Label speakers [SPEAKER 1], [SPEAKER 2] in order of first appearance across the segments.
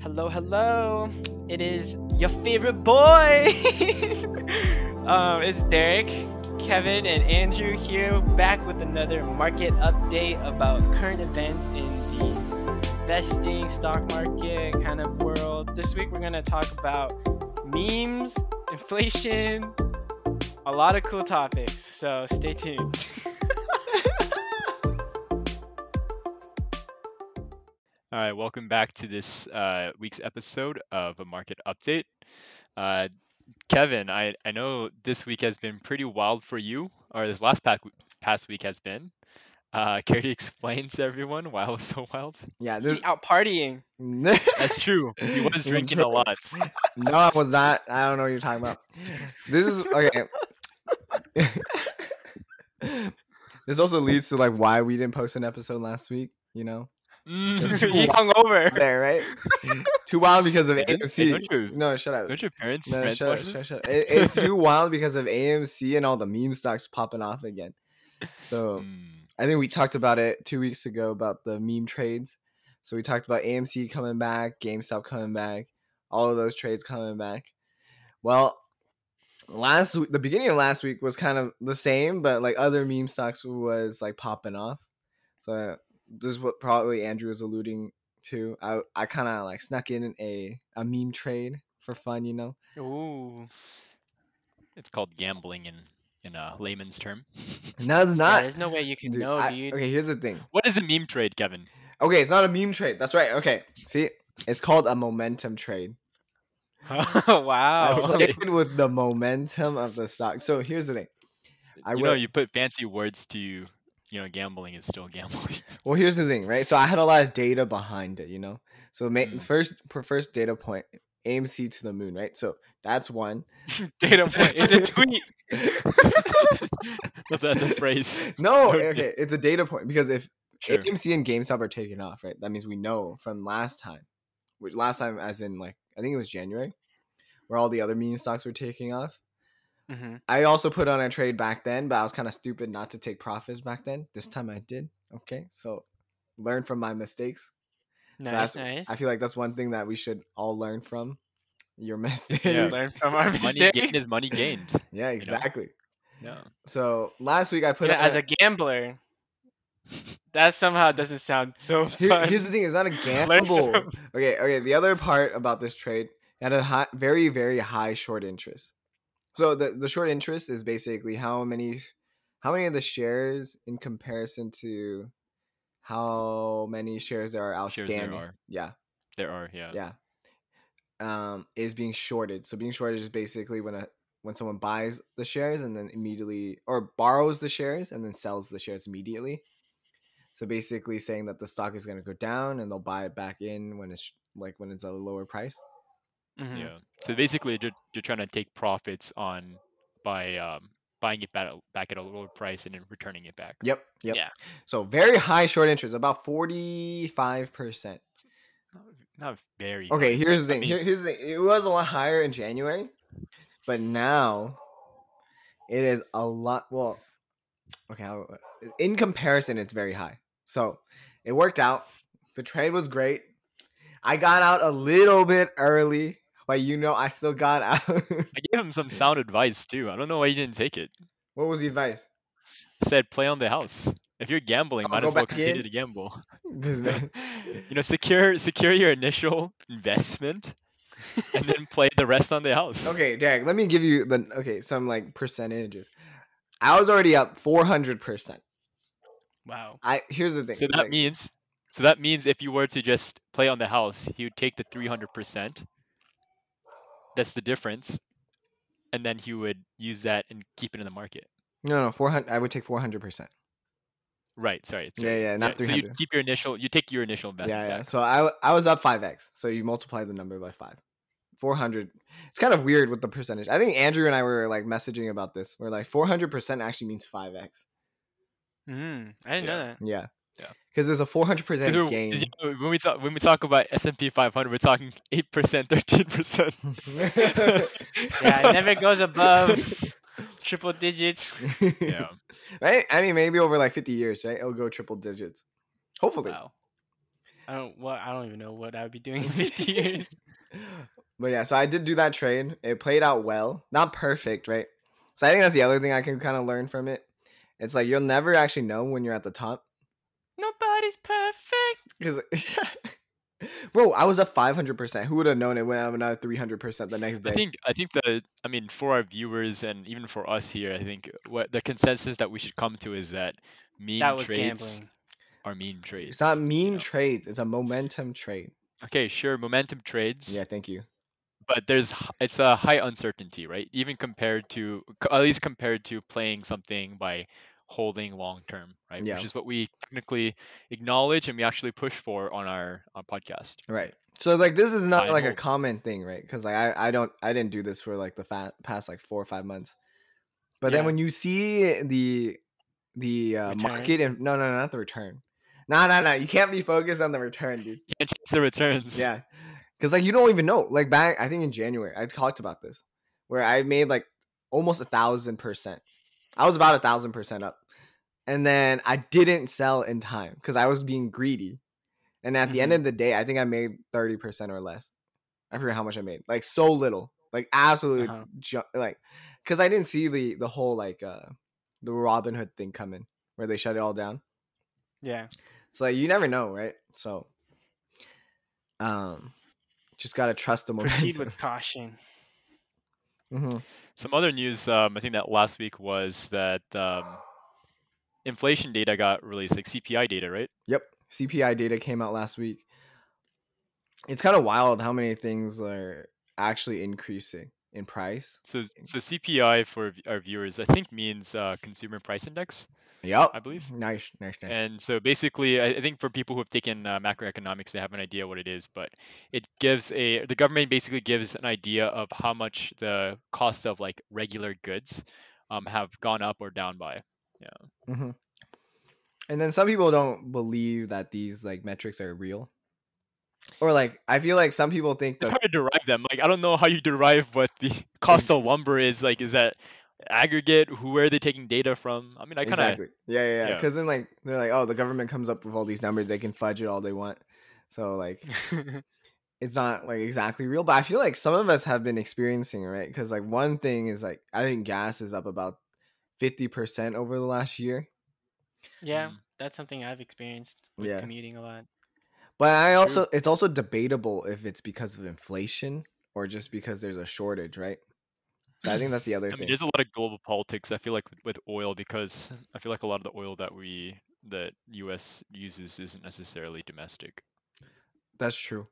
[SPEAKER 1] Hello, hello. It is your favorite boy. um, it's Derek, Kevin, and Andrew here, back with another market update about current events in the investing, stock market kind of world. This week we're gonna talk about memes, inflation, a lot of cool topics. So stay tuned.
[SPEAKER 2] All right, welcome back to this uh, week's episode of a market update. Uh, Kevin, I, I know this week has been pretty wild for you, or this last pack, past week has been. Uh, care to explain to everyone why it was so wild?
[SPEAKER 3] Yeah, there's
[SPEAKER 1] He out partying.
[SPEAKER 3] no,
[SPEAKER 2] That's true. He was drinking a lot.
[SPEAKER 3] I was not. I don't know what you're talking about. This is okay. this also leads to like why we didn't post an episode last week. You know, That's
[SPEAKER 1] he
[SPEAKER 3] too
[SPEAKER 1] hung over.
[SPEAKER 3] there right? too wild because of
[SPEAKER 2] Hey, don't- hey,
[SPEAKER 3] AMC.
[SPEAKER 2] don't you-
[SPEAKER 3] No, shut up.
[SPEAKER 2] Don't your parents,
[SPEAKER 3] No,
[SPEAKER 2] friends
[SPEAKER 3] shut up,
[SPEAKER 2] watch
[SPEAKER 3] shut up,
[SPEAKER 2] this?
[SPEAKER 3] shut up. It- it's too wild because of AMC and all the meme stocks popping off again. So
[SPEAKER 2] Mm,
[SPEAKER 3] I think we talked about it two weeks ago about the meme trades. So we talked about AMC coming back, GameStop coming back, all of those trades coming back. Well, last week, the beginning of last week was kind of the same, but like other meme stocks was like popping off. So this is what probably Andrew was alluding to. I I kind of like snuck in a a meme trade for fun, you know.
[SPEAKER 1] Ooh.
[SPEAKER 2] It's called gambling in in a layman's term.
[SPEAKER 3] No, it's
[SPEAKER 1] Yeah,
[SPEAKER 3] not.
[SPEAKER 1] there's no way you can
[SPEAKER 3] dude,
[SPEAKER 1] know,
[SPEAKER 3] I-
[SPEAKER 1] dude.
[SPEAKER 3] Okay, here's the thing.
[SPEAKER 2] What is a meme trade, Kevin?
[SPEAKER 3] Okay, it's not a meme trade. That's right. Okay, see, it's called a momentum trade. I
[SPEAKER 1] wow.
[SPEAKER 2] Oh, okay.
[SPEAKER 3] played with the momentum of the stock. So here's the thing. I
[SPEAKER 2] you know,
[SPEAKER 3] will-
[SPEAKER 2] you put fancy words to, you know, gambling is still gambling.
[SPEAKER 3] Well, here's the thing, right? So I had a lot of data behind it, you know. So ma-
[SPEAKER 2] Mm.
[SPEAKER 3] first, per first data point, AMC to the moon, right? So that's one.
[SPEAKER 1] Data point. It's a tweet.
[SPEAKER 2] that's, that's a phrase.
[SPEAKER 3] No,
[SPEAKER 2] Okay.
[SPEAKER 3] okay, it's a data point because if
[SPEAKER 2] Sure.
[SPEAKER 3] AMC and GameStop are taking off, right? That means we know from last time, which last time, as in like I think it was January, where all the other meme stocks were taking off.
[SPEAKER 1] hmm
[SPEAKER 3] I also put on a trade back then, but I was kind of stupid not to take profits back then. This time I did. Okay, so learn from my mistakes. So
[SPEAKER 1] Nice,
[SPEAKER 3] that's-
[SPEAKER 1] nice.
[SPEAKER 3] I feel like that's one thing that we should all learn from your mistakes.
[SPEAKER 2] Yeah.
[SPEAKER 3] Yeah,
[SPEAKER 2] like-
[SPEAKER 1] learn from our
[SPEAKER 2] money
[SPEAKER 1] mistakes.
[SPEAKER 2] gained is money gained.
[SPEAKER 3] exactly.
[SPEAKER 2] No.
[SPEAKER 3] So last week I put
[SPEAKER 1] Yeah,
[SPEAKER 3] on
[SPEAKER 1] as a gambler, that somehow doesn't sound so
[SPEAKER 3] Here-
[SPEAKER 1] fun.
[SPEAKER 3] here's the thing: it's not a
[SPEAKER 1] Learn
[SPEAKER 3] gamble.
[SPEAKER 2] um,
[SPEAKER 1] from-
[SPEAKER 3] okay, okay. The other part about this trade it had a high, very, very high short interest. So the the short interest is basically how many, how many of the shares in comparison to how many shares there are
[SPEAKER 2] Shares
[SPEAKER 3] outstanding.
[SPEAKER 2] there are.
[SPEAKER 3] Yeah,
[SPEAKER 2] There are, yeah.
[SPEAKER 3] yeah. Um, is being shorted. So being shorted is basically when a when someone buys the shares and then immediately or borrows the shares and then sells the shares immediately. So basically saying that the stock is going to go down and they'll buy it back in when it's like when it's at a lower price. hmm.
[SPEAKER 1] Mhm.
[SPEAKER 2] Yeah. So basically you're, you're trying to take profits on by um, buying it back at, back at a lower price and then returning it back.
[SPEAKER 3] Yep. Yep.
[SPEAKER 1] Yeah.
[SPEAKER 3] So very high short interest, about forty five percent.
[SPEAKER 2] Not, not very.
[SPEAKER 3] Okay,
[SPEAKER 2] high.
[SPEAKER 3] here's the
[SPEAKER 2] I
[SPEAKER 3] thing.
[SPEAKER 2] mean-
[SPEAKER 3] Here, here's the thing. It was a lot higher in January, but now it is a lot. Well, okay. How, in comparison, it's very high. So it worked out. The trade was great. I got out a little bit early, but you know, I still got out.
[SPEAKER 2] I gave him some sound advice too. I don't know why you didn't take it.
[SPEAKER 3] what was the advice?
[SPEAKER 2] I said play on the house. If you're gambling,
[SPEAKER 3] I'll
[SPEAKER 2] might
[SPEAKER 3] go
[SPEAKER 2] as well
[SPEAKER 3] back
[SPEAKER 2] continue
[SPEAKER 3] in.
[SPEAKER 2] to gamble.
[SPEAKER 3] This man.
[SPEAKER 2] you know, secure secure your initial investment and then play the rest on the house.
[SPEAKER 3] Okay, Derek. Let me give you the okay some like percentages. I was already up four hundred percent.
[SPEAKER 1] Wow.
[SPEAKER 3] I here's the thing.
[SPEAKER 2] So that
[SPEAKER 3] like-
[SPEAKER 2] means, so that means if you were to just play on the house, he would take the three hundred percent. That's the difference, and then he would use that and keep it in the market.
[SPEAKER 3] no, no, four hundred. I would take four hundred percent.
[SPEAKER 2] Right. Sorry.
[SPEAKER 3] Yeah,
[SPEAKER 2] sorry.
[SPEAKER 3] yeah, not
[SPEAKER 2] so you
[SPEAKER 3] 300.
[SPEAKER 2] keep your initial. You take your initial investment.
[SPEAKER 3] yeah, yeah.
[SPEAKER 2] back.
[SPEAKER 3] So I w- I was up five x. So you multiply the number by five. Four hundred. It's kind of weird with the percentage. I think Andrew and I were like messaging about this. We're like four hundred percent actually means five x.
[SPEAKER 1] Mm, I didn't know
[SPEAKER 2] Yeah.
[SPEAKER 1] that.
[SPEAKER 3] Yeah.
[SPEAKER 2] Yeah.
[SPEAKER 3] Because there's a four hundred
[SPEAKER 2] 'Cause
[SPEAKER 3] percent
[SPEAKER 2] we're-
[SPEAKER 3] gain.
[SPEAKER 2] 'cause, you know, when we talk when we talk about S and P 500, we're talking eight percent, thirteen percent.
[SPEAKER 1] Yeah, it never goes above triple digits.
[SPEAKER 2] Yeah.
[SPEAKER 3] Right. I mean, maybe over like fifty years, right? It'll go triple digits. Hopefully.
[SPEAKER 1] Wow. I don't what I don't even know what I would be doing in 50 years.
[SPEAKER 3] But yeah, so I did do that trade. It played out well, not perfect, right? So I think that's the other thing I can kind of learn from it. It's like you'll never actually know when you're at the top
[SPEAKER 1] Nobody's perfect.
[SPEAKER 3] because. Bro, I was up five hundred percent. Who would have known it went up another three hundred percent the next day?
[SPEAKER 2] I think I think the I mean for our viewers and even for us here, I think what the consensus that we should come to is that meme
[SPEAKER 1] that was
[SPEAKER 2] trades
[SPEAKER 1] gambling.
[SPEAKER 2] are meme trades.
[SPEAKER 3] it's not meme
[SPEAKER 2] know.
[SPEAKER 3] trades. It's a momentum trade.
[SPEAKER 2] okay, sure, momentum trades.
[SPEAKER 3] Yeah, thank you.
[SPEAKER 2] but there's h- it's a high uncertainty, right? Even compared to c- at least compared to playing something by holding long term, right?
[SPEAKER 3] Yeah.
[SPEAKER 2] Which is what we technically acknowledge and we actually push for on our, our podcast.
[SPEAKER 3] Right. So like this is not
[SPEAKER 2] Buy and
[SPEAKER 3] like a
[SPEAKER 2] hold.
[SPEAKER 3] common thing, right? Because like I I don't I didn't do this for like the fa- past like four or five months. But then
[SPEAKER 1] Yeah.
[SPEAKER 3] when you see the the uh,
[SPEAKER 1] Return.
[SPEAKER 3] market and no no not the return, no no no you can't be focused on the return, dude.
[SPEAKER 2] Can't chase the returns.
[SPEAKER 3] Yeah, because like you don't even know. Like back I think in January I talked about this where I made like almost a thousand percent. I was about a thousand percent up, and then I didn't sell in time because I was being greedy. And at the end
[SPEAKER 1] Mhm.
[SPEAKER 3] of the day, I think I made thirty percent or less. I forget how much I made. Like so little. Like absolutely
[SPEAKER 1] Uh-huh.
[SPEAKER 3] ju- like because I didn't see the the whole like uh the Robin Hood thing coming where they shut it all down.
[SPEAKER 1] Yeah.
[SPEAKER 3] So like you never know, right? So um just gotta trust the
[SPEAKER 1] Proceed
[SPEAKER 3] momentum.
[SPEAKER 1] with caution.
[SPEAKER 3] Mhm.
[SPEAKER 2] Some other news, um, I think that last week was that um, inflation data got released, like CPI data, right?
[SPEAKER 3] Yep. CPI data came out last week. It's kind of wild how many things are actually increasing in price.
[SPEAKER 2] So so CPI for v- our viewers, I think means uh, consumer price index,
[SPEAKER 3] Yep.
[SPEAKER 2] I believe.
[SPEAKER 3] Nice, nice, nice.
[SPEAKER 2] And so basically, I I think for people who have taken uh, macroeconomics, they have an idea what it is, but it gives a the government basically gives an idea of how much the cost of like regular goods um, have gone up or down by.
[SPEAKER 3] hmm And then some people don't believe that these like metrics are real, or like I feel like some people think
[SPEAKER 2] It's
[SPEAKER 3] that
[SPEAKER 2] hard to derive them. Like I don't know how you derive what the cost of lumber is. Like is that aggregate? Who where are they taking data from? I mean, I kind of
[SPEAKER 3] exactly, yeah, yeah, yeah.
[SPEAKER 2] yeah.
[SPEAKER 3] Because then like they're like, oh, the government comes up with all these numbers, they can fudge it all they want. So like it's not like exactly real, but I feel like some of us have been experiencing it, right? Because like one thing is like I think gas is up about fifty percent over the last year,
[SPEAKER 1] yeah,
[SPEAKER 2] Mm.
[SPEAKER 1] that's something I've experienced with
[SPEAKER 3] Yeah.
[SPEAKER 1] commuting a lot.
[SPEAKER 3] but I
[SPEAKER 2] True.
[SPEAKER 3] also it's also debatable if it's because of inflation or just because there's a shortage, right? So I think that's the other
[SPEAKER 2] I mean,
[SPEAKER 3] thing.
[SPEAKER 2] there's a lot of global politics. I feel like with, with oil because I feel like a lot of the oil that we that U.S. uses isn't necessarily domestic.
[SPEAKER 3] That's true.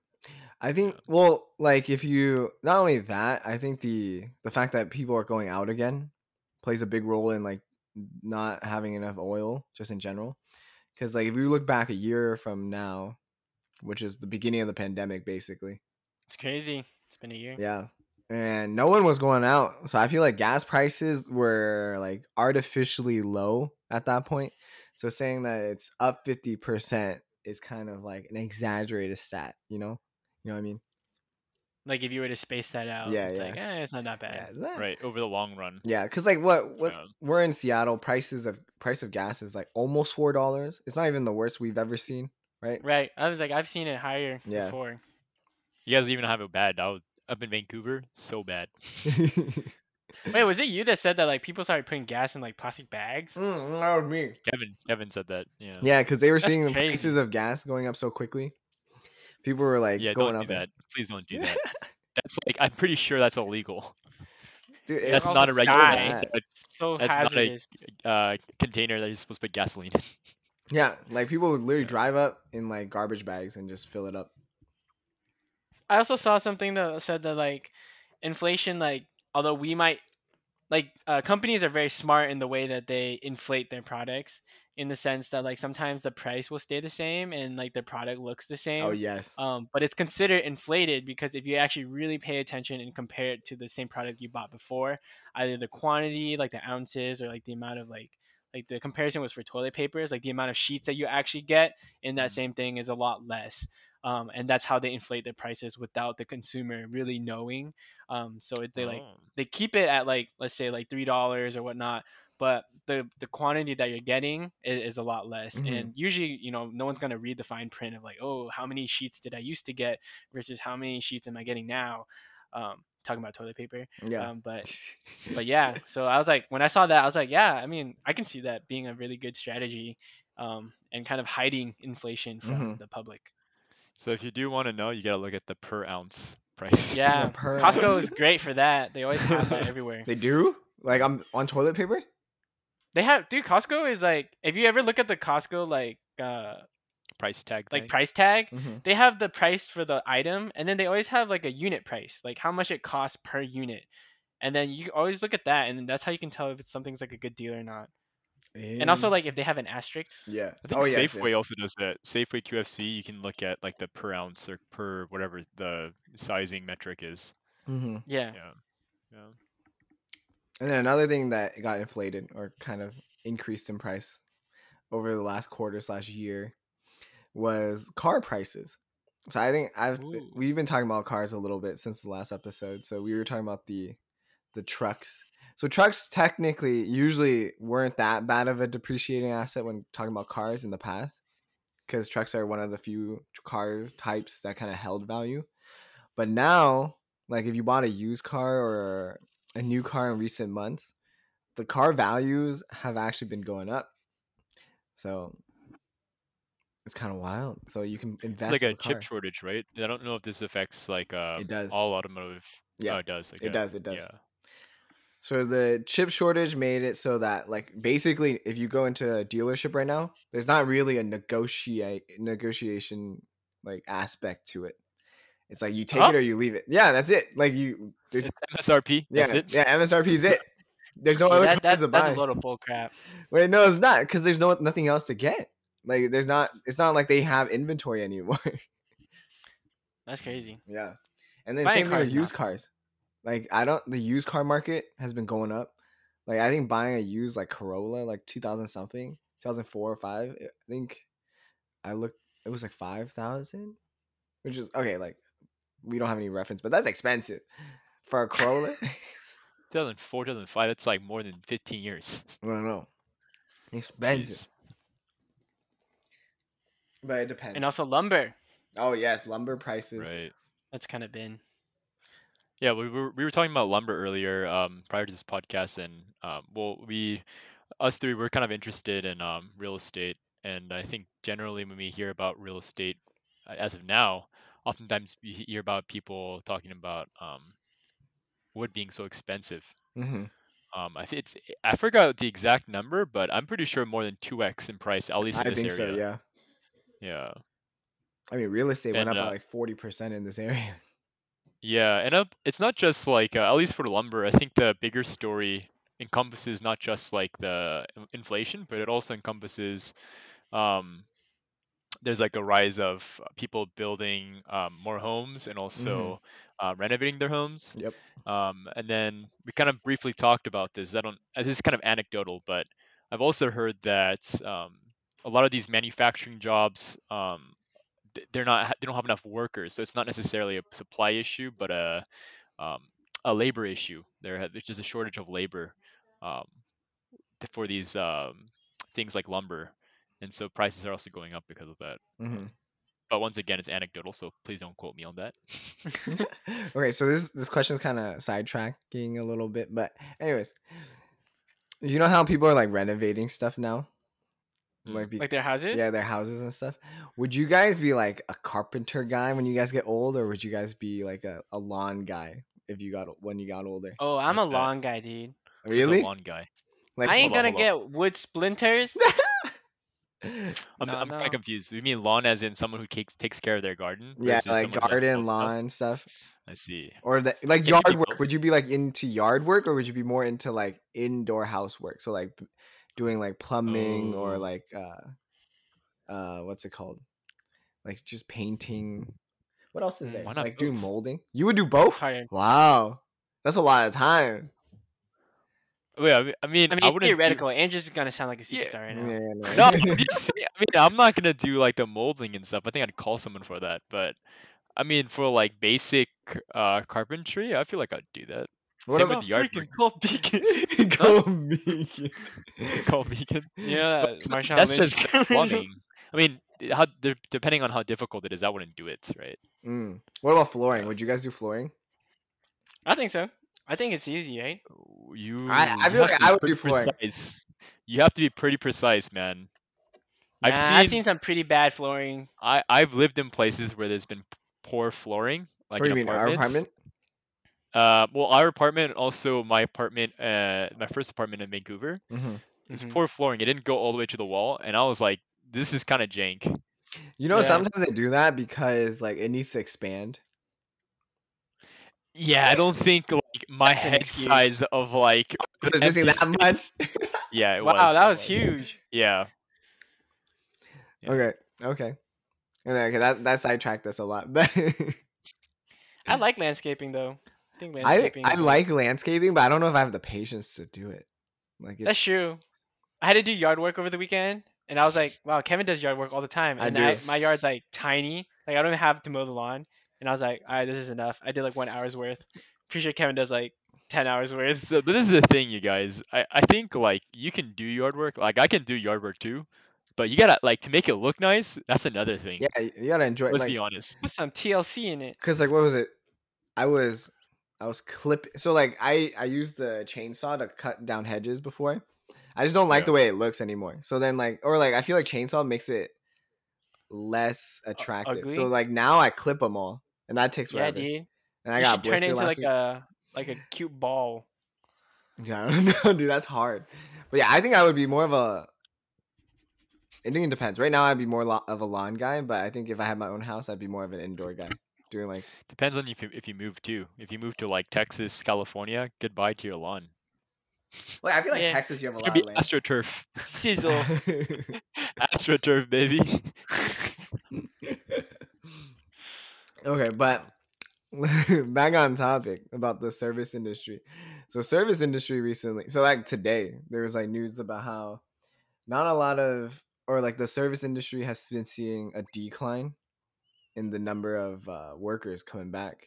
[SPEAKER 3] I think well, like if you not only that, I think the the fact that people are going out again plays a big role in like not having enough oil just in general. Cuz like if you look back a year from now, which is the beginning of the pandemic basically.
[SPEAKER 1] It's crazy. It's been a year.
[SPEAKER 3] Yeah. And no one was going out. So I feel like gas prices were like artificially low at that point. So saying that it's up 50% is kind of like an exaggerated stat, you know? You know what I mean?
[SPEAKER 1] Like if you were to space that out,
[SPEAKER 3] Yeah,
[SPEAKER 1] it's
[SPEAKER 3] yeah.
[SPEAKER 1] like, eh, it's not that
[SPEAKER 3] Yeah,
[SPEAKER 1] bad.
[SPEAKER 3] is that-
[SPEAKER 2] Right over the long run.
[SPEAKER 3] Yeah, because like what what
[SPEAKER 2] Yeah.
[SPEAKER 3] we're in Seattle, prices of price of gas is like almost four dollars. It's not even the worst we've ever seen, right?
[SPEAKER 1] Right. I was like, I've seen it higher
[SPEAKER 3] Yeah.
[SPEAKER 1] before.
[SPEAKER 2] You guys even have it bad. I was up in Vancouver, so bad.
[SPEAKER 3] mm,
[SPEAKER 1] Wait, was it you that said that like people started putting gas in like plastic bags?
[SPEAKER 3] Mm. that was me.
[SPEAKER 2] Kevin, Kevin said that. Yeah.
[SPEAKER 3] Yeah, because they were
[SPEAKER 1] That's
[SPEAKER 3] seeing the
[SPEAKER 1] crazy.
[SPEAKER 3] prices of gas going up so quickly. People were like
[SPEAKER 2] Yeah,
[SPEAKER 3] going
[SPEAKER 2] don't do
[SPEAKER 3] up.
[SPEAKER 2] that.
[SPEAKER 3] and-
[SPEAKER 2] Please don't do that. That's like I'm pretty sure that's illegal.
[SPEAKER 3] Dude,
[SPEAKER 2] That's
[SPEAKER 3] it's
[SPEAKER 2] not a regular
[SPEAKER 1] sad.
[SPEAKER 2] thing.
[SPEAKER 3] sad.
[SPEAKER 1] So
[SPEAKER 2] That's not a-
[SPEAKER 1] hazardous.
[SPEAKER 2] A uh, container that you're supposed to put gasoline in.
[SPEAKER 3] Yeah, like people would literally
[SPEAKER 2] Yeah.
[SPEAKER 3] drive up in like garbage bags and just fill it up.
[SPEAKER 1] I also saw something that said that like inflation, like although we might like uh, companies are very smart in the way that they inflate their products in the sense that like sometimes the price will stay the same and like the product looks the same.
[SPEAKER 3] Oh yes.
[SPEAKER 2] uh,
[SPEAKER 1] Um, but it's considered inflated because if you actually really pay attention and compare it to the same product you bought before, either the quantity, like the ounces, or like the amount of like like the comparison was for toilet papers, like the amount of sheets that you actually get in that
[SPEAKER 2] Mm.
[SPEAKER 1] same thing is a lot less. Um, and that's how they inflate their prices without the consumer really knowing. Um, so it, they like
[SPEAKER 2] Oh.
[SPEAKER 1] they keep it at like let's say like three dollars or whatnot but the the quantity that you're getting is, is a lot less.
[SPEAKER 3] Mhm.
[SPEAKER 1] And usually, you know, no one's gonna read the fine print of like, oh, how many sheets did I used to get versus how many sheets am I getting now? Um, talking about toilet paper.
[SPEAKER 3] Yeah.
[SPEAKER 1] Um, but but yeah, so I was like, when I saw that, I was like, yeah, I mean, I can see that being a really good strategy, um, and kind of hiding inflation from
[SPEAKER 3] Mhm.
[SPEAKER 1] the public.
[SPEAKER 2] So if you do want to know, you gotta look at the per ounce price.
[SPEAKER 1] Yeah,
[SPEAKER 3] per-
[SPEAKER 1] Costco is great for that. They always have that everywhere.
[SPEAKER 3] they do? Like I'm on toilet paper?
[SPEAKER 1] They have, dude. Costco is like, if you ever look at the Costco like, uh,
[SPEAKER 2] price tag.
[SPEAKER 1] like
[SPEAKER 2] thing.
[SPEAKER 1] price tag,
[SPEAKER 3] Mm-hmm.
[SPEAKER 1] they have the price for the item, and then they always have like a unit price, like how much it costs per unit. And then you always look at that, and then that's how you can tell if it's something's like a good deal or not. And
[SPEAKER 3] Mm.
[SPEAKER 1] also, like if they have an asterisk,
[SPEAKER 3] yeah. Oh,
[SPEAKER 2] I think
[SPEAKER 3] yes,
[SPEAKER 2] Safeway
[SPEAKER 3] yes.
[SPEAKER 2] also does that. Safeway QFC, you can look at like the per ounce or per whatever the sizing metric is.
[SPEAKER 3] Mhm.
[SPEAKER 1] yeah.
[SPEAKER 2] Yeah. Yeah.
[SPEAKER 3] And then another thing that got inflated or kind of increased in price over the last quarter slash year was car prices. So I think I've
[SPEAKER 2] Ooh.
[SPEAKER 3] we've been talking about cars a little bit since the last episode. So we were talking about the the trucks. So trucks technically usually weren't that bad of a depreciating asset when talking about cars in the past because trucks are one of the few cars types that kind of held value. But now, like if you bought a used car or a new car in recent months, the car values have actually been going up. So it's kind of wild. So you can invest
[SPEAKER 2] It's like a
[SPEAKER 3] in car.
[SPEAKER 2] chip shortage, right? I don't know if this affects like uh,
[SPEAKER 3] It does.
[SPEAKER 2] all automotive.
[SPEAKER 3] Yeah,
[SPEAKER 2] Oh, it does. Okay.
[SPEAKER 3] It does. It does.
[SPEAKER 2] Yeah.
[SPEAKER 3] So the chip shortage made it so that like basically if you go into a dealership right now, there's not really a negotiate negotiation like aspect to it. It's like you take
[SPEAKER 2] Huh?
[SPEAKER 3] it or you leave it. Yeah, that's it. Like you there-
[SPEAKER 2] MSRP.
[SPEAKER 3] yeah,
[SPEAKER 2] That's it.
[SPEAKER 3] yeah, MSRP is it. There's no
[SPEAKER 1] Yeah,
[SPEAKER 3] Oh, other
[SPEAKER 1] that,
[SPEAKER 3] cars
[SPEAKER 1] that,
[SPEAKER 3] to
[SPEAKER 1] that's
[SPEAKER 3] buy.
[SPEAKER 1] a load of bull crap.
[SPEAKER 3] Wait, no, it's not cuz there's no nothing else to get. Like there's not it's not like they have inventory anymore.
[SPEAKER 1] That's crazy.
[SPEAKER 3] Yeah. And then
[SPEAKER 1] Buying
[SPEAKER 3] same thing
[SPEAKER 1] cars
[SPEAKER 3] with
[SPEAKER 1] now.
[SPEAKER 3] used cars. Like I don't the used car market has been going up. Like I think buying a used like Corolla like 2000 something, 2004 or 5, I think I looked it was like 5000, which is okay, like we don't have any reference, but that's expensive for a Corolla.
[SPEAKER 2] 2004, 2005. That's like more than 15 years.
[SPEAKER 3] I don't know. Expensive,
[SPEAKER 2] Jeez.
[SPEAKER 3] but it depends.
[SPEAKER 1] And also lumber.
[SPEAKER 3] oh yes, lumber prices.
[SPEAKER 2] Right.
[SPEAKER 1] That's kind of been.
[SPEAKER 2] Yeah, we were we were talking about lumber earlier, um, prior to this podcast, and um, well, we, us three, we're kind of interested in um, real estate, and I think generally when we hear about real estate, uh, as of now, oftentimes we he- hear about people talking about um, wood being so expensive.
[SPEAKER 3] Mm-hmm.
[SPEAKER 2] Um, I think it's I forgot the exact number, but I'm pretty sure more than two x in price, at least
[SPEAKER 3] I
[SPEAKER 2] in this
[SPEAKER 3] think so,
[SPEAKER 2] area.
[SPEAKER 3] yeah.
[SPEAKER 2] Yeah.
[SPEAKER 3] I mean, real estate went up
[SPEAKER 2] And,
[SPEAKER 3] by
[SPEAKER 2] uh,
[SPEAKER 3] like 40% in this area.
[SPEAKER 2] Yeah, and up, it's not just like uh, at least for lumber, I think the bigger story encompasses not just like the in- inflation, but it also encompasses um, there's like a rise of uh, people building um, more homes and also uh, renovating their homes.
[SPEAKER 3] Yep.
[SPEAKER 2] Um, and then we kind of briefly talked about this. I don't. uh, This is kind of anecdotal, but I've also heard that um, a lot of these manufacturing jobs, um, th- they're not. ha- They don't have enough workers, so it's not necessarily a supply issue, but a um, a labor issue. There, ha- there's just a shortage of labor um, th- for these um, things like lumber, and so prices are also going up because of that.
[SPEAKER 3] Mm-hmm.
[SPEAKER 2] But once again, it's anecdotal, so please don't quote me on that. Mm.
[SPEAKER 3] okay, so this this question is kind of sidetracking a little bit, but anyways, you know how people are like renovating stuff now,
[SPEAKER 2] Mm.
[SPEAKER 3] like, be,
[SPEAKER 1] Like their houses?
[SPEAKER 3] yeah, their houses and stuff. Would you guys be like a carpenter guy when you guys get old, or would you guys be like a, a lawn guy if you got when you got older?
[SPEAKER 1] Oh, I'm a
[SPEAKER 2] What's that?
[SPEAKER 1] lawn guy, dude.
[SPEAKER 2] There's a
[SPEAKER 3] really?
[SPEAKER 2] lawn guy.
[SPEAKER 3] Like
[SPEAKER 1] I ain't
[SPEAKER 2] hold
[SPEAKER 1] gonna
[SPEAKER 2] on, hold
[SPEAKER 1] get wood splinters.
[SPEAKER 2] I'm,
[SPEAKER 1] No,
[SPEAKER 2] I'm kind
[SPEAKER 1] no.
[SPEAKER 2] of confused. We mean lawn as in someone who takes takes care of their garden?
[SPEAKER 3] yeah,
[SPEAKER 2] versus
[SPEAKER 3] like
[SPEAKER 2] someone that
[SPEAKER 3] garden,
[SPEAKER 2] builds stuff?
[SPEAKER 3] lawn stuff,
[SPEAKER 2] I see.
[SPEAKER 3] or the,
[SPEAKER 2] It could
[SPEAKER 3] like
[SPEAKER 2] be
[SPEAKER 3] yard work.
[SPEAKER 2] both.
[SPEAKER 3] Would you be like into yard work, or would you be more into like indoor housework? So like b- doing like plumbing or
[SPEAKER 2] Oh.
[SPEAKER 3] like uh, uh, what's it called? Like just painting. What else is
[SPEAKER 1] Mm,
[SPEAKER 3] there?
[SPEAKER 2] why not
[SPEAKER 3] Like doing
[SPEAKER 2] both?
[SPEAKER 3] molding. You would do both.
[SPEAKER 1] Hard.
[SPEAKER 3] Wow, that's a lot of time.
[SPEAKER 2] Wait, I mean,
[SPEAKER 1] I
[SPEAKER 2] I mean,
[SPEAKER 1] mean,
[SPEAKER 2] I
[SPEAKER 1] it's
[SPEAKER 2] wouldn't do-
[SPEAKER 1] theoretical. Andrew's is gonna sound like a
[SPEAKER 2] Yeah.
[SPEAKER 1] superstar right
[SPEAKER 3] Yeah,
[SPEAKER 1] now.
[SPEAKER 3] no.
[SPEAKER 2] No, I'm just saying- I mean, I'm not gonna do like the molding and stuff. I think I'd call someone for that. But I mean, for like basic uh, carpentry, I feel like I'd do that.
[SPEAKER 3] What
[SPEAKER 2] Same
[SPEAKER 3] about
[SPEAKER 2] with Yard
[SPEAKER 1] freaking Cole Beacon?
[SPEAKER 3] Go Megan.
[SPEAKER 2] Cole Megan.
[SPEAKER 1] yeah,
[SPEAKER 2] But it's like-
[SPEAKER 1] Marshawn
[SPEAKER 2] that's
[SPEAKER 1] Lynch.
[SPEAKER 2] just plumbing. I mean, it- how de- depending on how difficult it is, I wouldn't do it, right?
[SPEAKER 3] Mm. What about flooring? Would you guys do flooring?
[SPEAKER 1] I think so. I think it's easy, right?
[SPEAKER 2] You,
[SPEAKER 3] I
[SPEAKER 2] you
[SPEAKER 3] feel
[SPEAKER 2] have
[SPEAKER 3] like
[SPEAKER 2] to be
[SPEAKER 3] I would
[SPEAKER 2] pretty
[SPEAKER 3] do flooring.
[SPEAKER 2] precise. You have to be pretty precise, man.
[SPEAKER 1] Nah,
[SPEAKER 2] I've seen,
[SPEAKER 1] some pretty bad flooring.
[SPEAKER 2] I I've lived in places where there's been p- poor flooring, like
[SPEAKER 3] what do
[SPEAKER 2] in
[SPEAKER 3] you mean? Our
[SPEAKER 2] apartments.
[SPEAKER 3] apartment?
[SPEAKER 2] Uh, well, our apartment, also my apartment, uh, my first apartment in Vancouver,
[SPEAKER 3] Mm-hmm.
[SPEAKER 2] it was
[SPEAKER 1] Mhm.
[SPEAKER 2] poor flooring. It didn't go all the way to the wall, and I was like, this is kind of jank.
[SPEAKER 3] You know,
[SPEAKER 1] Yeah.
[SPEAKER 3] sometimes they do that because like it needs to expand.
[SPEAKER 2] Yeah, I don't think like my
[SPEAKER 1] That's an
[SPEAKER 2] head
[SPEAKER 1] excuse.
[SPEAKER 2] size of like
[SPEAKER 3] Was it missing
[SPEAKER 2] empty
[SPEAKER 3] that much?
[SPEAKER 2] yeah, it
[SPEAKER 1] Wow,
[SPEAKER 2] was.
[SPEAKER 1] that
[SPEAKER 2] it
[SPEAKER 1] was huge.
[SPEAKER 2] Yeah. Yeah.
[SPEAKER 3] Okay. Okay. And then, okay, that that sidetracked us a lot, but
[SPEAKER 1] I like landscaping though. I think
[SPEAKER 3] I
[SPEAKER 1] landscaping.
[SPEAKER 3] I
[SPEAKER 1] is-
[SPEAKER 3] like landscaping, but I don't know if I have the patience to do it. Like, it,
[SPEAKER 1] That's true. I had to do yard work over the weekend, and I was like, "Wow, Kevin does yard work all the time."
[SPEAKER 3] I
[SPEAKER 1] And
[SPEAKER 3] do.
[SPEAKER 1] my yard's like tiny. Like I don't even have to mow the lawn, and I was like, "All right, this is enough." I did like one hour's worth. Pretty sure Kevin does like ten hours worth.
[SPEAKER 2] So but this is the thing, you guys. I, I think like you can do yard work. Like I can do yard work too, but you gotta like to make it look nice. That's another thing.
[SPEAKER 3] yeah, you gotta enjoy.
[SPEAKER 2] Let's
[SPEAKER 3] Like,
[SPEAKER 2] be honest.
[SPEAKER 1] Put some TLC in it.
[SPEAKER 3] Cause like what was it? I was I was clip so like I I used the chainsaw to cut down hedges before. I just don't like
[SPEAKER 2] Yeah.
[SPEAKER 3] the way it looks anymore. So then like or like I feel like chainsaw makes it less attractive. So
[SPEAKER 1] ugly?
[SPEAKER 3] like now I clip them all and that takes
[SPEAKER 1] Yeah,
[SPEAKER 3] forever.
[SPEAKER 1] dude.
[SPEAKER 3] and I
[SPEAKER 1] you should
[SPEAKER 3] got
[SPEAKER 1] turn it
[SPEAKER 3] blistered
[SPEAKER 1] into
[SPEAKER 3] last
[SPEAKER 1] like
[SPEAKER 3] week.
[SPEAKER 1] a like a cute ball.
[SPEAKER 3] Yeah, I don't know, dude, that's hard. But yeah, I think I would be more of a I think it depends. Right now I'd be more lo- of a lawn guy, but I think if I had my own house I'd be more of an indoor guy. Doing like
[SPEAKER 2] Depends on if you if you move too. If you move to like Texas, California, goodbye to your lawn.
[SPEAKER 3] Well, I feel like
[SPEAKER 1] Yeah.
[SPEAKER 3] Texas you have a
[SPEAKER 2] It's
[SPEAKER 3] lot
[SPEAKER 2] gonna be
[SPEAKER 3] of land.
[SPEAKER 2] astroturf.
[SPEAKER 1] Sizzle.
[SPEAKER 2] astroturf, baby.
[SPEAKER 3] okay, but back on topic about the service industry. So service industry recently, so like today, there was like news about how not a lot of or like the service industry has been seeing a decline in the number of uh, workers coming back.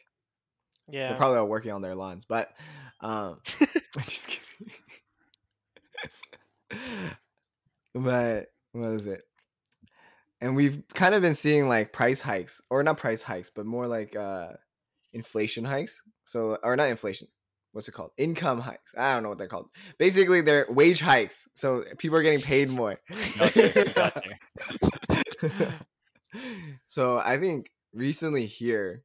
[SPEAKER 1] Yeah.
[SPEAKER 3] They're probably all working on their lawns, but um, I'm just kidding. but what is it? And we've kind of been seeing like price hikes, or not price hikes, but more like uh, inflation hikes. So, or not inflation. What's it called? Income hikes. I don't know what they're called. Basically, they're wage hikes. So people are getting paid more.
[SPEAKER 2] Got there, you got there.
[SPEAKER 3] so I think recently here,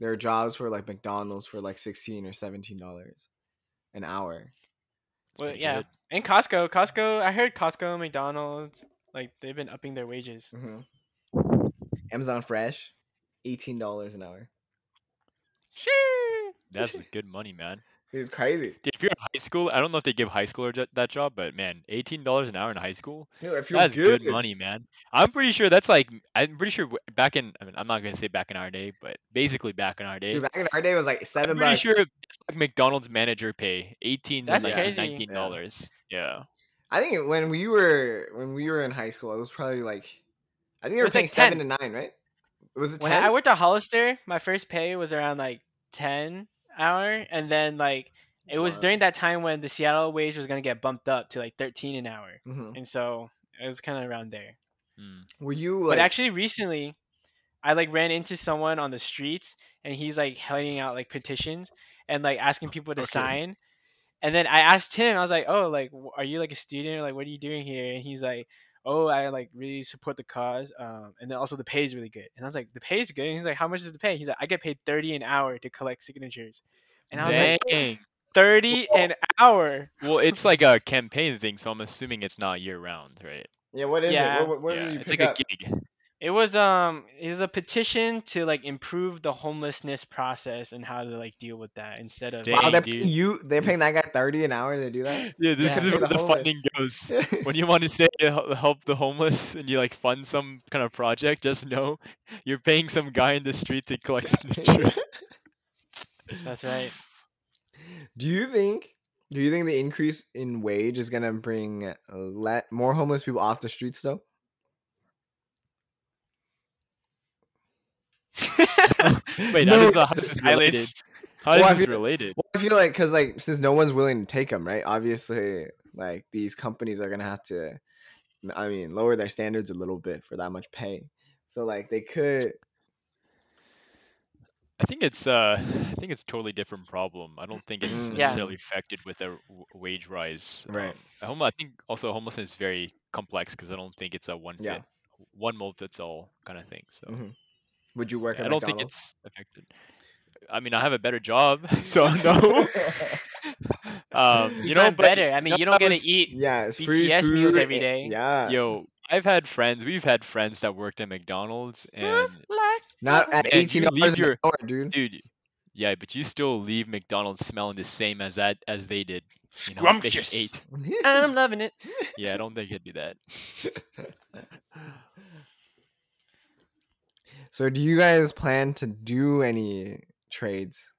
[SPEAKER 3] there are jobs for like McDonald's for like sixteen or seventeen dollars an hour.
[SPEAKER 2] It's
[SPEAKER 1] Well,
[SPEAKER 2] pretty
[SPEAKER 1] yeah.
[SPEAKER 2] good.
[SPEAKER 1] and Costco, Costco. I heard Costco, McDonald's, like they've been upping their wages.
[SPEAKER 3] Mm. Amazon Fresh, eighteen dollars an hour.
[SPEAKER 1] Shoo!
[SPEAKER 2] That's good money, man.
[SPEAKER 3] It's crazy.
[SPEAKER 2] Dude, if you're in high school, I don't know if they give high schoolers that- that job, but man, eighteen dollars an hour in high school,
[SPEAKER 3] No, if you're
[SPEAKER 2] that's
[SPEAKER 3] good,
[SPEAKER 2] good money, man. I'm pretty sure that's like, I'm pretty sure w- back in, I mean, I'm not gonna say back in our day, but basically back in our day,
[SPEAKER 3] Dude, back in our day, it was like
[SPEAKER 2] eh? I'm
[SPEAKER 3] seven
[SPEAKER 2] pretty
[SPEAKER 3] bucks.
[SPEAKER 2] sure it's like McDonald's manager pay, eighteen to
[SPEAKER 1] That's
[SPEAKER 2] like
[SPEAKER 1] crazy.
[SPEAKER 2] nineteen dollars. Yeah.
[SPEAKER 3] I think when we were when we were in high school, it was probably like, I
[SPEAKER 1] It
[SPEAKER 3] think they were
[SPEAKER 1] was like
[SPEAKER 3] paying seven to nine, right? Was it
[SPEAKER 1] When
[SPEAKER 3] ten?
[SPEAKER 1] I worked at Hollister, my first pay was around like ten hour, and then like it was
[SPEAKER 3] Wow.
[SPEAKER 1] during that time when the Seattle wage was gonna get bumped up to like thirteen an hour,
[SPEAKER 3] Mhm.
[SPEAKER 1] and so it was kind of around there.
[SPEAKER 2] Mm.
[SPEAKER 3] Were you
[SPEAKER 1] but
[SPEAKER 3] like?
[SPEAKER 1] actually, recently, I like ran into someone on the streets, and he's like handing out like petitions and like asking people to
[SPEAKER 2] Okay.
[SPEAKER 1] sign. And then I asked him, I was like, "Oh, like, w- are you like a student? Like, what are you doing here?" And he's like, "Oh, I like really support the cause, um, and then also the pay is really good." And I was like, "The pay is good." And he's like, "How much is the pay?" He's like, "I get paid thirty an hour to collect signatures." And I was like,
[SPEAKER 2] Dang.
[SPEAKER 1] "30 an hour."
[SPEAKER 2] well, it's like a campaign thing, so I'm assuming it's not year round, right?
[SPEAKER 3] yeah. What is
[SPEAKER 1] Yeah.
[SPEAKER 3] it? What, what, what
[SPEAKER 2] yeah,
[SPEAKER 3] did you
[SPEAKER 2] it's
[SPEAKER 3] pick
[SPEAKER 2] like
[SPEAKER 3] up?
[SPEAKER 2] a gig.
[SPEAKER 1] It was um it was a petition to like improve the homelessness process and how to like deal with that instead of
[SPEAKER 3] Wow,
[SPEAKER 2] Dang,
[SPEAKER 3] they're,
[SPEAKER 2] dude.
[SPEAKER 3] you they're paying that guy thirty an hour to do that.
[SPEAKER 2] Yeah, this
[SPEAKER 1] Yeah.
[SPEAKER 2] is
[SPEAKER 3] Pay
[SPEAKER 2] where
[SPEAKER 3] the
[SPEAKER 2] the
[SPEAKER 3] homeless.
[SPEAKER 2] funding goes. when you want to say to hel- help the homeless and you like fund some kind of project, just know you're paying some guy in the street to collect signatures.
[SPEAKER 1] That's right.
[SPEAKER 3] do you think? Do you think the increase in wage is gonna bring let more homeless people off the streets though?
[SPEAKER 2] Wait,
[SPEAKER 3] No,
[SPEAKER 2] I don't know how
[SPEAKER 3] it's
[SPEAKER 2] this is related.
[SPEAKER 1] Eyelids.
[SPEAKER 2] How
[SPEAKER 3] Well,
[SPEAKER 2] is
[SPEAKER 3] I
[SPEAKER 2] this
[SPEAKER 3] feel-
[SPEAKER 2] related?
[SPEAKER 3] Well, I feel like because like since no one's willing to take them, right? Obviously, like these companies are gonna have to, I mean, lower their standards a little bit for that much pay. So like they could,
[SPEAKER 2] I think it's uh, I think it's a totally different problem. I don't think it's
[SPEAKER 3] Mm.
[SPEAKER 1] Yeah.
[SPEAKER 2] necessarily affected with a w- wage rise.
[SPEAKER 3] Right.
[SPEAKER 2] Um, a homo- I think also homelessness is very complex because I don't think it's a one
[SPEAKER 3] Yeah.
[SPEAKER 2] fit, one mold fits all kind of thing. So
[SPEAKER 3] Mhm. would you work
[SPEAKER 2] I
[SPEAKER 3] at
[SPEAKER 2] don't think
[SPEAKER 3] McDonald's?
[SPEAKER 2] it's affected. I mean, I have a better job, so no. um, you know,
[SPEAKER 1] find
[SPEAKER 2] but
[SPEAKER 1] better. I mean,
[SPEAKER 2] no,
[SPEAKER 1] you don't
[SPEAKER 2] I
[SPEAKER 1] get
[SPEAKER 2] was-
[SPEAKER 1] to eat.
[SPEAKER 3] yeah, it's free
[SPEAKER 1] BTS
[SPEAKER 3] food.
[SPEAKER 1] meals every
[SPEAKER 3] and-
[SPEAKER 1] day.
[SPEAKER 3] Yeah,
[SPEAKER 2] yo, I've had friends. We've had friends that worked at McDonald's, and
[SPEAKER 3] not
[SPEAKER 2] Man,
[SPEAKER 3] at
[SPEAKER 2] you
[SPEAKER 3] eighteen dollars
[SPEAKER 2] leave
[SPEAKER 3] an
[SPEAKER 2] your-
[SPEAKER 3] hour, dude.
[SPEAKER 2] dude, yeah, but you still leave McDonald's smelling the same as that as they did. You know, they
[SPEAKER 1] Scrumptious.
[SPEAKER 2] ate.
[SPEAKER 1] I'm loving it.
[SPEAKER 2] Yeah, I don't think it'd be that.
[SPEAKER 3] so, do you guys plan to do any trades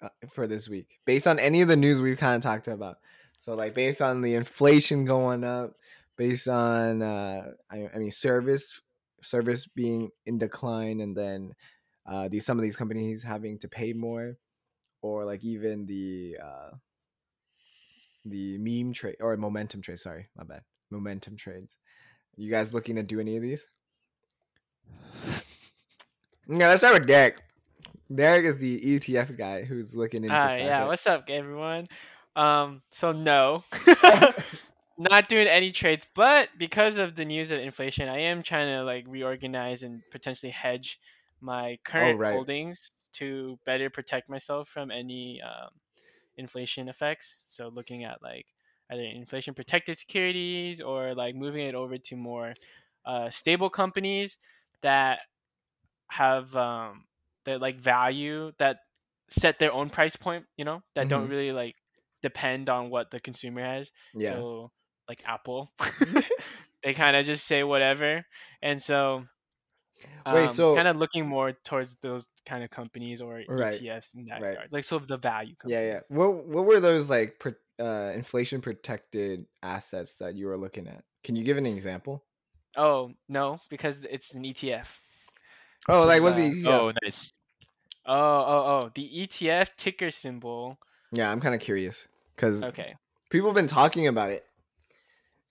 [SPEAKER 3] uh, for this week based on any of the news we've kind of talked about? So, like based on the inflation going up, based on uh, I, I mean service service being in decline, and then uh, these some of these companies having to pay more, or like even the uh, the meme trade or momentum trade. Sorry, my bad. Momentum trades. You guys looking to do any of these? Yeah, let's start with Derek. Derek is the ETF guy who's looking into.
[SPEAKER 1] Ah,
[SPEAKER 3] stuff,
[SPEAKER 1] yeah.
[SPEAKER 3] right?
[SPEAKER 1] What's up, everyone? Um, so no, not doing any trades, but because of the news of inflation, I am trying to like reorganize and potentially hedge my current
[SPEAKER 3] Oh, right.
[SPEAKER 1] holdings to better protect myself from any um, inflation effects. So looking at like either inflation protected securities or like moving it over to more uh, stable companies that have um, that like value that set their own price point, you know, that don't
[SPEAKER 3] Mhm.
[SPEAKER 1] really like depend on what the consumer has.
[SPEAKER 3] yeah.
[SPEAKER 1] So like Apple, they kind of just say whatever, and so
[SPEAKER 3] Wait, so-
[SPEAKER 1] kind of looking more towards those kind of companies or
[SPEAKER 3] Right,
[SPEAKER 1] ETFs in that
[SPEAKER 3] right.
[SPEAKER 1] regard, like so the value. Companies.
[SPEAKER 3] yeah, yeah. What what were those like pro- uh, inflation protected assets that you were looking at? Can you give an example?
[SPEAKER 1] Oh no, because it's an E ETF.
[SPEAKER 3] Oh,
[SPEAKER 1] This
[SPEAKER 3] like
[SPEAKER 1] is,
[SPEAKER 3] what's the
[SPEAKER 1] uh,
[SPEAKER 3] ETF?
[SPEAKER 2] Oh, nice.
[SPEAKER 1] Oh oh oh, the ETF ticker symbol.
[SPEAKER 3] yeah, I'm kind of curious because
[SPEAKER 1] Okay.
[SPEAKER 3] people have been talking about it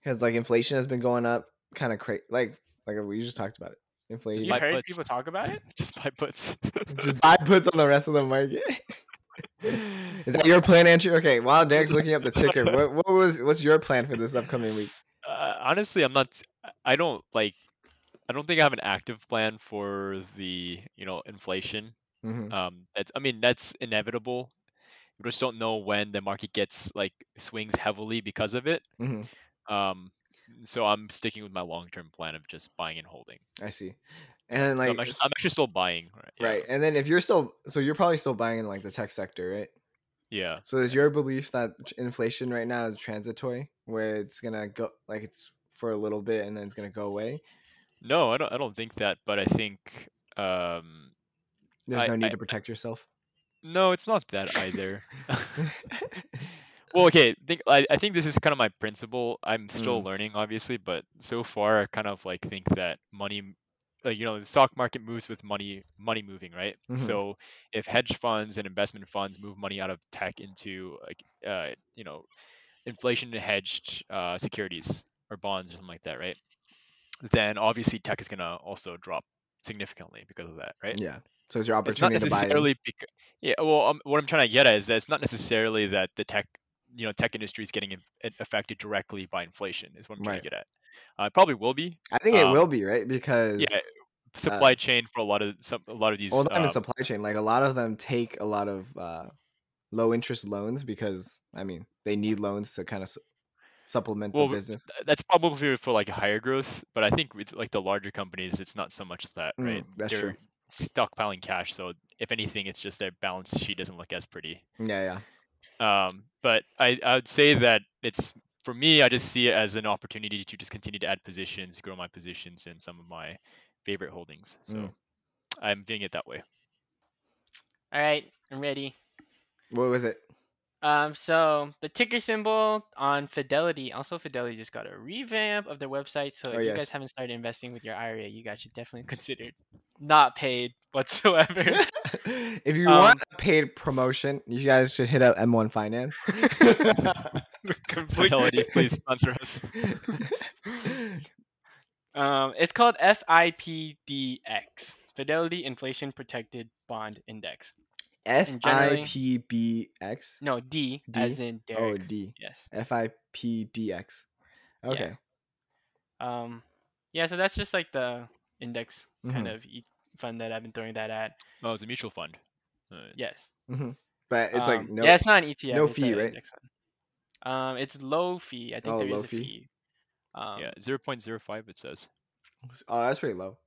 [SPEAKER 3] because like inflation has been going up, kind of crazy. Like like we just talked about it. Inflation.
[SPEAKER 1] You
[SPEAKER 2] my
[SPEAKER 1] heard
[SPEAKER 2] puts.
[SPEAKER 1] people talk about it?
[SPEAKER 2] Just my puts.
[SPEAKER 3] just buy puts on the rest of the market. Is that your plan, Andrew? Okay. While Derek's looking up the ticker, what, what was what's your plan for this upcoming week?
[SPEAKER 2] Uh, honestly, I'm not. I don't like. I don't think I have an active plan for the you know inflation.
[SPEAKER 3] Mm-hmm.
[SPEAKER 2] Um, that's I mean that's inevitable. We just don't know when the market gets like swings heavily because of it.
[SPEAKER 3] hmm
[SPEAKER 2] Um, so I'm sticking with my long-term plan of just buying and holding.
[SPEAKER 3] I see. And
[SPEAKER 2] So
[SPEAKER 3] like,
[SPEAKER 2] I'm, actually, I'm actually still buying. Right. yeah,
[SPEAKER 3] right. And then if you're still, so you're probably still buying in like the tech sector, right?
[SPEAKER 2] Yeah.
[SPEAKER 3] So is your belief that tr- inflation right now is transitory, where it's gonna go like it's for a little bit and then it's gonna go away?
[SPEAKER 2] No, I don't. I don't think that. But I think. Um,
[SPEAKER 3] There's
[SPEAKER 2] I-
[SPEAKER 3] no need
[SPEAKER 2] I-
[SPEAKER 3] to protect yourself.
[SPEAKER 2] no, it's not that either. Well, okay. Think I, I think this is kind of my principle. I'm still
[SPEAKER 3] Mm.
[SPEAKER 2] learning, obviously, but so far I kind of like think that money, m- like you know, the stock market moves with money, money moving, right?
[SPEAKER 3] Mhm.
[SPEAKER 2] So if hedge funds and investment funds move money out of tech into like, uh, you know, inflation hedged uh, securities or bonds or something like that, right? Then obviously tech is gonna also drop significantly because of that, right?
[SPEAKER 3] yeah. So it's your
[SPEAKER 2] it's not
[SPEAKER 3] opportunity to buy. in.
[SPEAKER 2] necessarily because yeah well um, what i'm trying to get at is that it's not necessarily that the tech you know tech industry is getting in, a- affected directly by inflation is what i'm trying to
[SPEAKER 3] Right.
[SPEAKER 2] get at uh, it probably will be
[SPEAKER 3] I think it will
[SPEAKER 2] um,
[SPEAKER 3] be right because
[SPEAKER 2] yeah eh, supply chain for a lot of some a lot of these
[SPEAKER 3] uh Well, not in the
[SPEAKER 2] um,
[SPEAKER 3] supply chain. Like a lot of them take a lot of uh, low interest loans because I mean they need loans to kind of su- supplement
[SPEAKER 2] Well,
[SPEAKER 3] the
[SPEAKER 2] but
[SPEAKER 3] business.
[SPEAKER 2] th- that's probably for like higher growth but i think with like the larger companies it's not so much that
[SPEAKER 3] Mm,
[SPEAKER 2] right
[SPEAKER 3] that's
[SPEAKER 2] they're
[SPEAKER 3] true.
[SPEAKER 2] stockpiling cash so if anything it's just their balance sheet doesn't look as pretty
[SPEAKER 3] Yeah, yeah.
[SPEAKER 2] Um, but I, I would say that it's for me, I just see it as an opportunity to just continue to add positions, grow my positions in some of my favorite holdings. So
[SPEAKER 3] Mm.
[SPEAKER 2] I'm viewing it that way.
[SPEAKER 1] All right, I'm ready.
[SPEAKER 3] What was it?
[SPEAKER 1] Um, so the ticker symbol on Fidelity, also Fidelity just got a revamp of their website. So
[SPEAKER 3] Oh,
[SPEAKER 1] if you
[SPEAKER 3] yes.
[SPEAKER 1] guys haven't started investing with your IRA, you guys should definitely consider not paid whatsoever.
[SPEAKER 3] if you
[SPEAKER 1] Um,
[SPEAKER 3] want a paid promotion, you guys should hit up M1 Finance.
[SPEAKER 1] Complete-
[SPEAKER 2] Fidelity, please sponsor us.
[SPEAKER 1] Um, it's called FIPDX, Fidelity Inflation Protected Bond Index.
[SPEAKER 3] F I
[SPEAKER 1] generally-
[SPEAKER 3] P B X.
[SPEAKER 1] No, D,
[SPEAKER 3] D?
[SPEAKER 1] as in
[SPEAKER 3] Oh,
[SPEAKER 1] Derek.
[SPEAKER 3] D.
[SPEAKER 1] Yes.
[SPEAKER 3] F I P D X. Okay.
[SPEAKER 1] Um, yeah. So that's just like the index kind
[SPEAKER 3] Mhm,
[SPEAKER 1] of e- fund that I've been throwing that at.
[SPEAKER 2] Oh, it's a mutual fund. Uh,
[SPEAKER 1] Yes.
[SPEAKER 3] mhm. But it's like
[SPEAKER 1] Um,
[SPEAKER 3] no.
[SPEAKER 1] Yeah, it's not an ETF.
[SPEAKER 3] no
[SPEAKER 1] it's
[SPEAKER 3] fee,
[SPEAKER 1] a
[SPEAKER 3] right?
[SPEAKER 1] index fund. Um, it's low fee. I think
[SPEAKER 3] Oh,
[SPEAKER 1] there
[SPEAKER 3] low
[SPEAKER 1] is a
[SPEAKER 3] fee.
[SPEAKER 1] fee. Um,
[SPEAKER 2] yeah, zero point zero five. It says.
[SPEAKER 3] Oh, that's pretty low.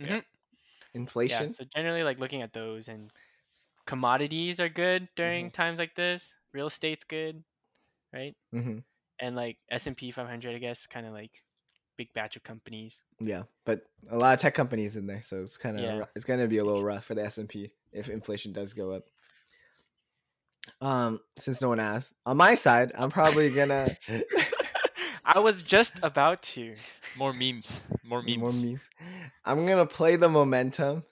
[SPEAKER 1] mm-hmm, Yeah.
[SPEAKER 3] Inflation.
[SPEAKER 1] Yeah, so generally, like looking at those and commodities are good during
[SPEAKER 3] Mm-hmm.
[SPEAKER 1] times like this. Real estate's good, right?
[SPEAKER 3] hmm
[SPEAKER 1] And like S and P 500, I guess, kind of like big batch of companies.
[SPEAKER 3] Yeah, but a lot of tech companies in there, so it's kind of
[SPEAKER 1] Yeah.
[SPEAKER 3] it's gonna be a little rough for the S and P if inflation does go up. Um, since no one asked on my side, I'm probably gonna
[SPEAKER 1] I was just about to.
[SPEAKER 2] More memes. More memes.
[SPEAKER 3] more memes. I'm gonna play the momentum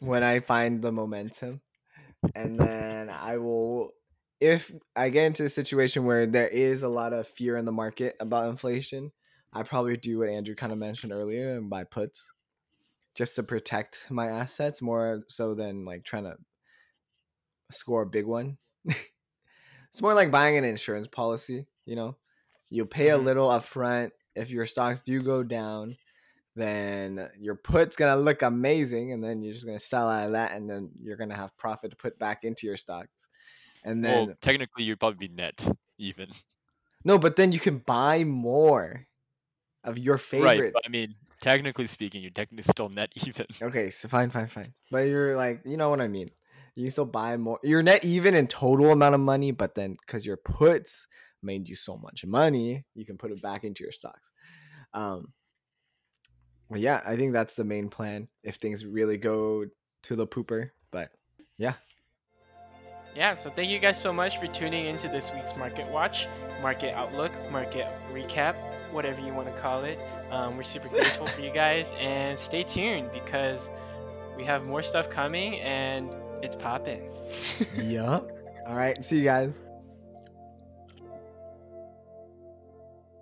[SPEAKER 3] when I find the momentum, and then I will. If I get into a situation where there is a lot of fear in the market about inflation, I probably do what Andrew kind of mentioned earlier and buy puts, just to protect my assets more so than like trying to score a big one. it's more like buying an insurance policy. You know, you pay a
[SPEAKER 2] Mm-hmm.
[SPEAKER 1] Mhm.
[SPEAKER 3] little upfront. If your stocks do go down, then your put's gonna look amazing, and then you're just gonna sell out of that, and then you're gonna have profit to put back into your stocks. And then
[SPEAKER 2] Well, technically, you'd probably be net even.
[SPEAKER 3] no, but then you can buy more of your
[SPEAKER 2] Right,
[SPEAKER 3] favorite.
[SPEAKER 2] but I mean, technically speaking, you're technically still net even.
[SPEAKER 3] Okay, so fine, fine, fine. But you're like, you know what I mean. You can still buy more. You're net even in total amount of money, but then because your puts made you so much money, you can put it back into your stocks. Um, well, yeah, I think that's the main plan if things really go to the pooper. But
[SPEAKER 1] Yeah, so thank you guys so much for tuning into this week's Market Watch, Market Outlook, Market Recap, whatever you want to call it. Um, we're super grateful for you guys, and stay tuned because we have more stuff coming and it's popping.
[SPEAKER 3] yeah. All right. See you guys.